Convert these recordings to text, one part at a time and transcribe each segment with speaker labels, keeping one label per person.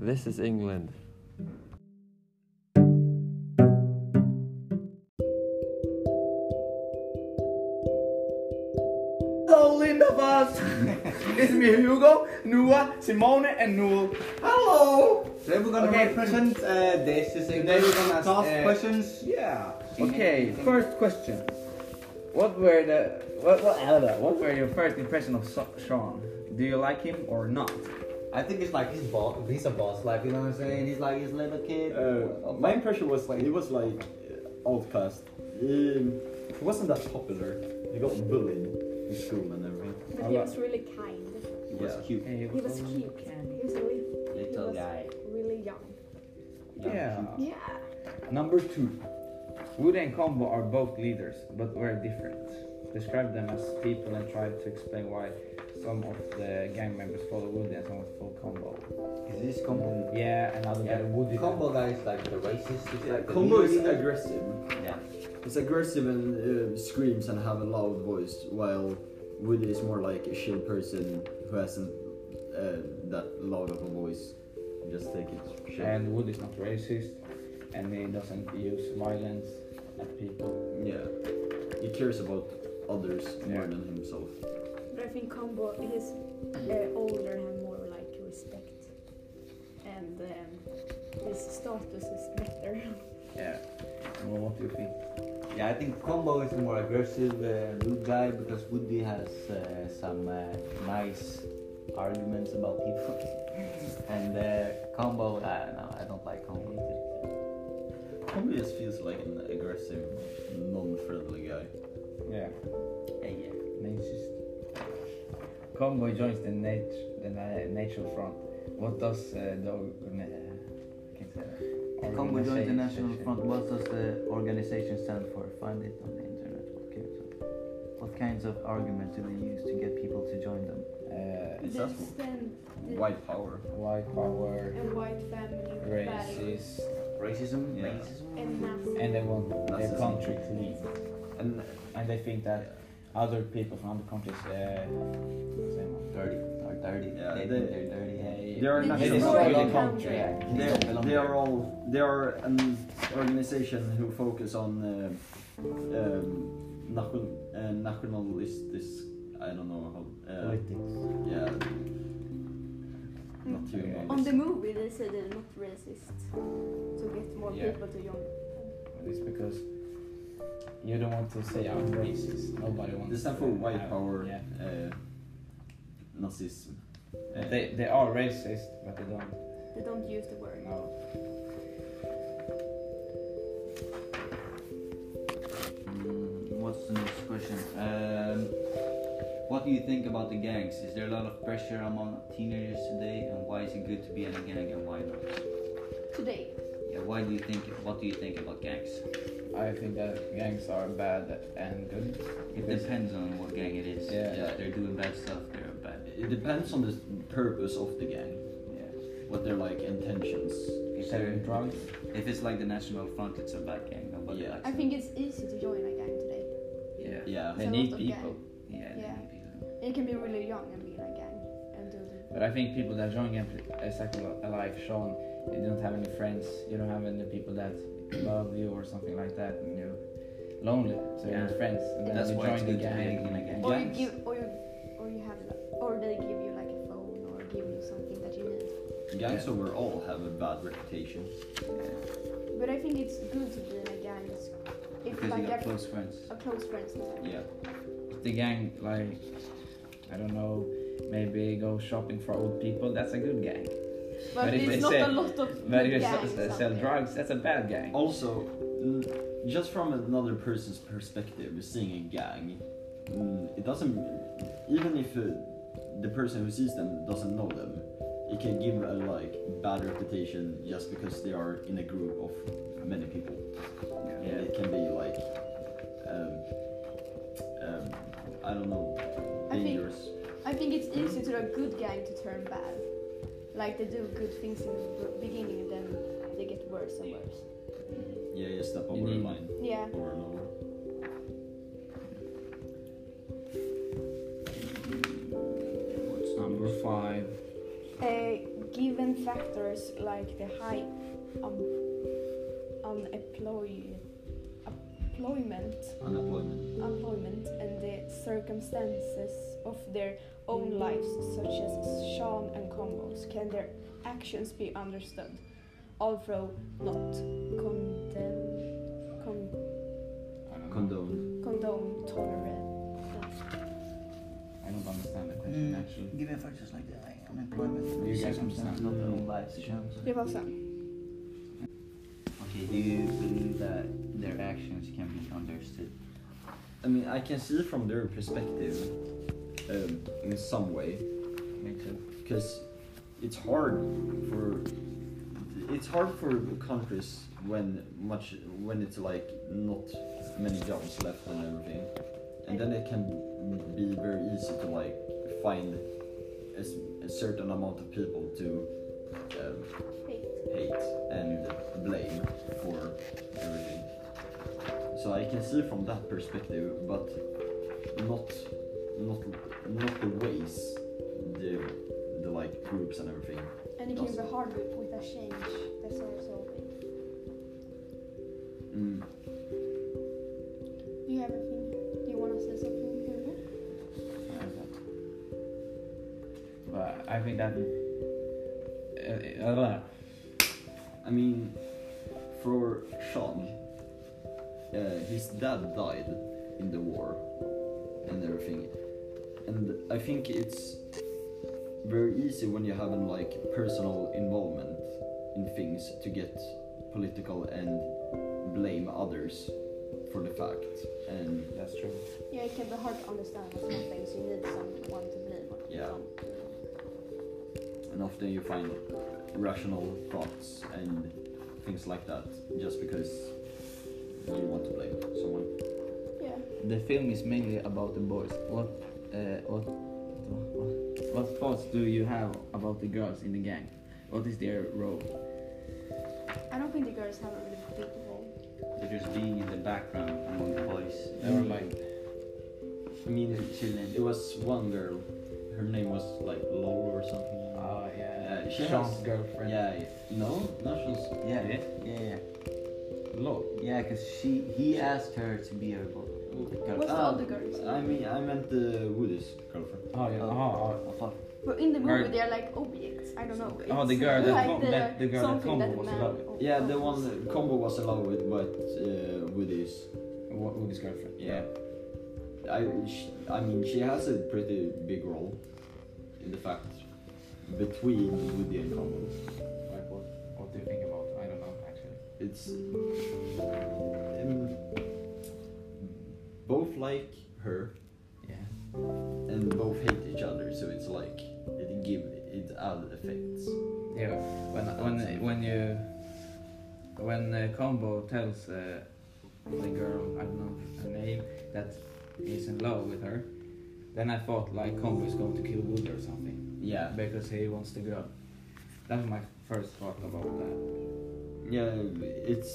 Speaker 1: This is England.
Speaker 2: Hello, Lindavas! it's me, Hugo, Nua, Simone, and Nul. Hello!
Speaker 3: Today we're gonna
Speaker 2: Okay.
Speaker 3: represent uh, this. Is
Speaker 2: Today we're gonna ask,
Speaker 3: ask
Speaker 2: uh,
Speaker 3: questions. Yeah.
Speaker 2: Okay, first question. What were the what what, uh, what were your first impression of so- Sean? Do you like him or not?
Speaker 3: I think it's like his boss. He's a boss. Like you know what I'm saying? He's like his little kid.
Speaker 4: Uh, my impression was like he was like uh, outcast. He, he wasn't that popular. He got bullied in school and everything.
Speaker 5: But he was really kind.
Speaker 4: He was cute.
Speaker 2: Hey,
Speaker 5: He was cute. He was really
Speaker 3: Little
Speaker 5: he was
Speaker 3: guy.
Speaker 5: Really young.
Speaker 2: yeah.
Speaker 5: Yeah.
Speaker 2: Number two. Wood and Combo are both leaders, but were different. Describe them as people and try to explain why some of the gang members follow Wood and some follow Combo.
Speaker 3: Is this combo?
Speaker 2: Yeah, another guy Woody.
Speaker 3: Combo guy is like the racist. He's
Speaker 4: Yeah,
Speaker 3: like the
Speaker 4: Combo is
Speaker 3: leader.
Speaker 4: aggressive.
Speaker 3: Yeah.
Speaker 4: He's aggressive and uh, screams and have a loud voice, while Woody is more like a chill person who hasn't uh, that loud of a voice. Just take it. chill.
Speaker 2: and Wood is not racist and he doesn't use violence at people.
Speaker 4: yeah, he cares about others more
Speaker 2: Yeah.
Speaker 4: than himself.
Speaker 5: But I think Combo, he's uh, older and more like respect. And um, his status is better.
Speaker 2: Yeah. And well, what do you think?
Speaker 3: Yeah, I think Combo is a more aggressive, uh, rude guy because Woody has uh, some uh, nice arguments about people. and uh, Combo, uh, no, I don't like Combo.
Speaker 4: Combo just feels like an aggressive, non-friendly guy.
Speaker 2: Yeah.
Speaker 3: Yeah, yeah.
Speaker 2: Nazist. Congo joins the nat- the na- National Front. What does uh, the organ- uh, I can't say that.
Speaker 3: Congo Joint
Speaker 2: Organization-
Speaker 3: National Front, what does the organization stand for? Find it on the internet. What kinds of, what kinds of arguments do they use to get people to join them?
Speaker 2: Uh,
Speaker 4: Is that
Speaker 5: They stand the-
Speaker 4: White power.
Speaker 2: white power,
Speaker 5: and white family. value
Speaker 2: racist,
Speaker 3: Racism,
Speaker 4: Yeah.
Speaker 3: racism.
Speaker 5: And
Speaker 2: and
Speaker 5: nothing.
Speaker 2: they want their
Speaker 4: Nazism.
Speaker 2: country to leave.
Speaker 4: And uh,
Speaker 2: And they think that other people from other countries. Uh, same.
Speaker 3: Dirty. Or dirty.
Speaker 4: Yeah,
Speaker 3: they,
Speaker 4: they-
Speaker 3: think they're dirty. Hey.
Speaker 4: they are
Speaker 5: They
Speaker 4: not
Speaker 2: It
Speaker 5: It's
Speaker 2: is
Speaker 5: not
Speaker 2: not
Speaker 5: a
Speaker 2: really
Speaker 5: country.
Speaker 2: country.
Speaker 3: They
Speaker 4: They,
Speaker 3: don't belong
Speaker 4: they are
Speaker 3: there.
Speaker 4: all they are an organization who focus on uh, um, nation, uh, nationalistic. I don't know how. Uh,
Speaker 3: Politics.
Speaker 4: yeah, not too
Speaker 2: Okay.
Speaker 5: On
Speaker 4: much.
Speaker 5: the movie, they said they're not racist. To get more
Speaker 2: Yeah.
Speaker 5: people to join.
Speaker 2: It's because you don't want to say I'm racist. Nobody wants.
Speaker 4: They stand for
Speaker 2: to
Speaker 4: white
Speaker 2: have-
Speaker 4: power,
Speaker 2: Yeah.
Speaker 4: uh, Nazism. Uh,
Speaker 2: They they are racist, but they don't
Speaker 5: They don't use the word.
Speaker 2: know.
Speaker 3: Mm, what's the next question? Um, what do you think about the gangs? Is there a lot of pressure among teenagers today, and why is it good to be in a gang, and why not?
Speaker 5: Today.
Speaker 3: Yeah, why do you think? What do you think about gangs?
Speaker 2: I think that gangs are bad and good.
Speaker 3: It
Speaker 2: Because-
Speaker 3: depends on what gang it is.
Speaker 2: Yeah.
Speaker 3: If they're doing bad stuff, they're bad.
Speaker 4: it depends on the purpose of the gang,
Speaker 3: Yeah.
Speaker 4: what their like intentions.
Speaker 3: If,
Speaker 2: Selling
Speaker 3: they're-
Speaker 2: drugs.
Speaker 3: if it's like the National Front, it's a bad gang. Nobody
Speaker 4: Yeah.
Speaker 3: likes
Speaker 5: I think it's easy to join a gang today.
Speaker 3: it. Yeah.
Speaker 4: Yeah,
Speaker 5: It's
Speaker 2: They
Speaker 5: a
Speaker 2: need
Speaker 5: lot of gang.
Speaker 2: people.
Speaker 3: Yeah. they
Speaker 5: Yeah.
Speaker 3: need people.
Speaker 5: You can be really young and be in a gang and do the
Speaker 2: But I think people that join gangs, exactly li- like Sean, you don't have any friends. You don't have any people that love you or something like that, and you're lonely. So you
Speaker 3: Yeah.
Speaker 2: need friends, and then
Speaker 3: That's
Speaker 2: you
Speaker 3: why it's
Speaker 2: join the
Speaker 3: good to be
Speaker 2: gang.
Speaker 3: in a gang.
Speaker 5: Or you
Speaker 2: Yes.
Speaker 5: give, or you, or you have, or they give you like a phone, or give you something that you need.
Speaker 4: gangs overall have a bad reputation.
Speaker 5: But I think it's good to be in a gang. It's, if
Speaker 3: Because
Speaker 5: like
Speaker 3: you got
Speaker 5: a,
Speaker 3: close friends.
Speaker 5: a close friend sometimes.
Speaker 4: Yeah,
Speaker 2: The gang, like, I don't know, maybe go shopping for old people. That's a good gang.
Speaker 5: But,
Speaker 2: But if
Speaker 5: it's
Speaker 2: they
Speaker 5: not
Speaker 2: say-
Speaker 5: a lot of
Speaker 2: But if you
Speaker 5: gangs
Speaker 2: s- s-
Speaker 5: out
Speaker 2: sell
Speaker 5: there.
Speaker 2: drugs, that's a bad
Speaker 1: Oh,
Speaker 2: gang.
Speaker 4: Also, n- just from another person's perspective, seeing a gang, mm, it doesn't. Even if uh, the person who sees them doesn't know them, it can give a like bad reputation just because they are in a group of many people. And
Speaker 2: Yeah.
Speaker 4: it can be like, um, um, I don't know,
Speaker 5: I think-
Speaker 4: dangerous.
Speaker 5: I think it's easy to a good gang to turn bad. Like they do good things in the b- beginning, then they get worse and worse.
Speaker 4: Yeah, yeah, step over the
Speaker 2: need-
Speaker 4: line,
Speaker 5: Yeah.
Speaker 4: over and over.
Speaker 3: What's
Speaker 2: Number five.
Speaker 5: Uh, given Some factors like the high um, unemploy, employment,
Speaker 4: Unemployment.
Speaker 5: employment and the circumstances of their own lives, such as Sean and Combos, can their actions be understood, although not condemn, con-
Speaker 2: I don't know.
Speaker 4: Condone.
Speaker 5: condone tolerance.
Speaker 2: I don't understand the question actually.
Speaker 1: Give me factors like the like, unemployment,
Speaker 2: You guys
Speaker 1: circumstances,
Speaker 2: understand.
Speaker 1: not their own lives. you know?
Speaker 5: Det var sen.
Speaker 3: Okay, do you believe that their actions can be understood?
Speaker 4: I mean, I can see from their perspective um, in some way.
Speaker 2: Me too.
Speaker 4: because it's hard for it's hard for countries when much when it's like not many jobs left and everything and then it can be very easy to like find a, s- a certain amount of people to um, hate and blame for everything so i can see from that perspective but not not not the ways the the like groups and everything
Speaker 5: And it can be hard with a change. That's also.
Speaker 4: mm.
Speaker 5: Do you have a thing? Do you want to say something, Hugo?
Speaker 2: But I think that. Uh, I don't know.
Speaker 4: I mean, for Sean, uh, his dad died in the war and everything, and I think it's very easy when you have an like personal involvement in things to get political and blame others for the fact and
Speaker 2: That's true.
Speaker 5: Yeah, it can be hard to understand what's happening, so you need someone to blame on.
Speaker 4: Yeah. and often you find rational thoughts and things like that just because you want to blame someone.
Speaker 5: Yeah.
Speaker 3: The film is mainly about the boys. What, uh, what,
Speaker 1: What thoughts do you have about the girls in the gang? What is their role?
Speaker 5: I don't think the girls have a really big role.
Speaker 3: They're just being in the background among the boys.
Speaker 2: They were like.
Speaker 4: I mean,
Speaker 3: They're chilling.
Speaker 4: It was one girl. Her name was like Laura or something.
Speaker 1: Uh,
Speaker 2: Oh yeah.
Speaker 4: Yeah, she
Speaker 2: Sean's
Speaker 4: has-
Speaker 2: girlfriend.
Speaker 4: Ah, yeah. yeah. No, no, she's.
Speaker 3: Yeah,
Speaker 2: Yeah.
Speaker 3: yeah, yeah,
Speaker 2: Lol.
Speaker 3: yeah. Because she, he asked her to be her bo-
Speaker 5: What's
Speaker 3: girlfriend.
Speaker 5: the
Speaker 4: Ah,
Speaker 5: other girls?
Speaker 4: I mean, I meant the Woody's girlfriend.
Speaker 2: Oh yeah. Oh,
Speaker 3: Oh, fuck.
Speaker 5: But in the movie,
Speaker 2: Girl-
Speaker 5: they're like objects. I don't know.
Speaker 2: Oh, the
Speaker 5: It's
Speaker 2: girl that
Speaker 5: like
Speaker 2: com- that- the girl that
Speaker 5: something
Speaker 2: Combo
Speaker 5: that
Speaker 2: was
Speaker 5: man
Speaker 2: in love with.
Speaker 5: or-
Speaker 4: Yeah, the one that combo was in love with, but uh, Woody's.
Speaker 2: oh. What with his girlfriend?
Speaker 4: Yeah. I, sh I mean, she has a pretty big role in the fact between Woody and combo.
Speaker 2: Like what? What do you think about? I don't know actually.
Speaker 4: It's um, both like her
Speaker 2: Yeah.
Speaker 4: and both hate each other, so it's like it give it add effects.
Speaker 2: Yeah, when when when you when uh, Combo tells uh, the girl I don't know her name that he's in love with her, then I thought like Combo is going to kill Woody or something
Speaker 4: Yeah,
Speaker 2: because he wants the girl. That was my first thought about that.
Speaker 4: yeah, it's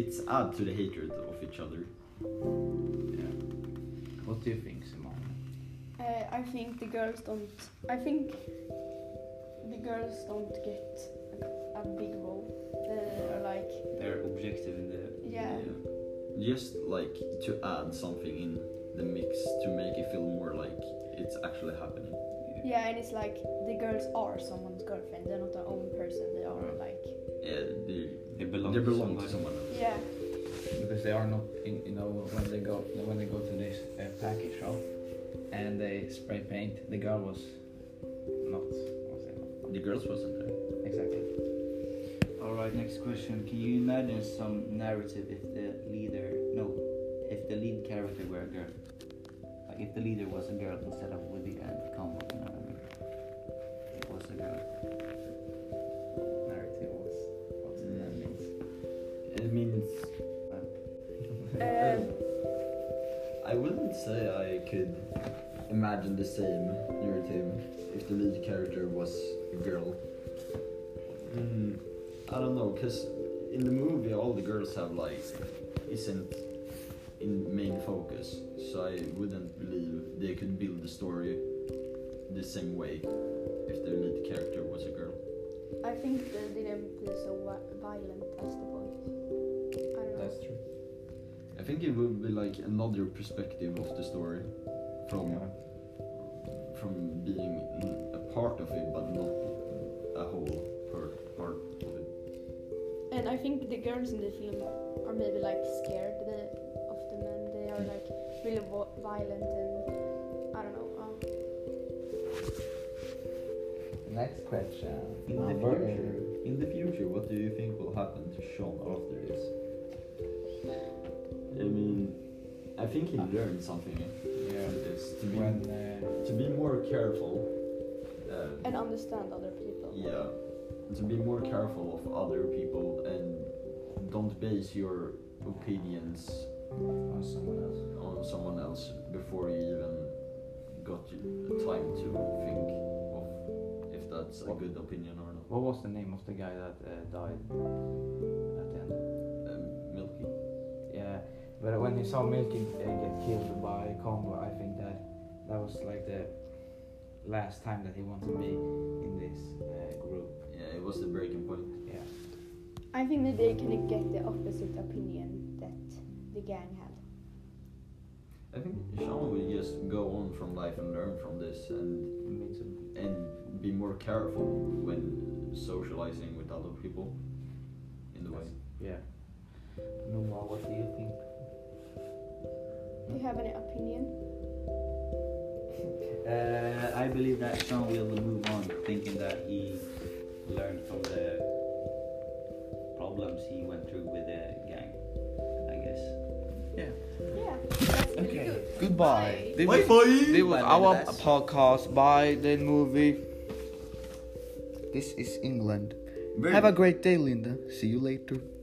Speaker 4: it's add to the hatred of each other.
Speaker 2: Yeah. What do you think, Simon?
Speaker 5: Uh, I think the girls don't. I think the girls don't get a, a big role. They're like
Speaker 3: They're objective in the.
Speaker 5: yeah,
Speaker 4: Just like to add something in the mix to make it feel more like it's actually happening.
Speaker 5: yeah, and it's like the girls are someone's girlfriend. They're not their own person. They are like
Speaker 4: Yeah, they
Speaker 3: They belong
Speaker 4: they
Speaker 3: to
Speaker 4: belong
Speaker 3: somebody.
Speaker 4: to someone. else.
Speaker 5: yeah,
Speaker 2: Because they are not in, you know when they go when they go to this uh, package shop and they spray paint, the girl was not was it?
Speaker 4: The girls wasn't there.
Speaker 2: exactly.
Speaker 1: All right, next question. Can you imagine some narrative if the leader, no, if the lead character were a girl? Like if the leader was a girl instead of Woody and Combo, you know what I mean? It was a girl.
Speaker 2: narrative was what that means.
Speaker 4: It means
Speaker 5: um,
Speaker 4: I wouldn't say I could imagine the same narrative if the lead character was a girl. Mm, I don't know, because in the movie all the girls have like isn't in main focus, so I wouldn't believe they could build the story the same way if the lead character was a girl.
Speaker 5: I think they didn't be so wi- violent as the boys. I don't know.
Speaker 2: That's true.
Speaker 4: I think it would be like another perspective of the story from
Speaker 2: Yeah.
Speaker 4: from being mm, a part of it but not a whole part, part of it.
Speaker 5: And I think the girls in the film are maybe like scared the, of the men. They are like really vo- violent and I don't know. Um,
Speaker 2: Next question.
Speaker 4: In the
Speaker 2: Number
Speaker 4: future,
Speaker 2: eight.
Speaker 4: in the future, what do you think will happen to Sean after this? I mean, I think he learned something
Speaker 2: Yeah.
Speaker 4: from this to be
Speaker 2: When uh,
Speaker 4: to be more careful. um,
Speaker 5: and understand other people.
Speaker 4: yeah, to be more careful of other people and don't base your opinions
Speaker 2: on someone else.
Speaker 4: on someone else before you even got you- time to think of if that's a good opinion or not.
Speaker 2: What was the name of the guy that uh, died at the end?
Speaker 4: Um, Milky.
Speaker 2: Yeah, but when you saw Milky uh, get killed by Combo, I think that that was like the last time that he wanted to be in this uh, group.
Speaker 4: Yeah, it was the breaking point.
Speaker 2: Yeah.
Speaker 5: I think that they can get the opposite opinion that the gang had.
Speaker 4: I think Sean will just go on from life and learn from this and
Speaker 3: Me too.
Speaker 4: and be more careful when socializing with other people in the way.
Speaker 2: Yeah.
Speaker 3: Noah, what do you think?
Speaker 5: Do you have any opinion?
Speaker 3: Uh, I believe that Sean will move on, thinking that he learned from the problems he went through with the gang. I guess.
Speaker 5: Yeah, that's really good. Goodbye.
Speaker 2: This
Speaker 3: Bye,
Speaker 2: was, this was our podcast by the movie.
Speaker 6: This is England. Have a great day, Linda. See you later.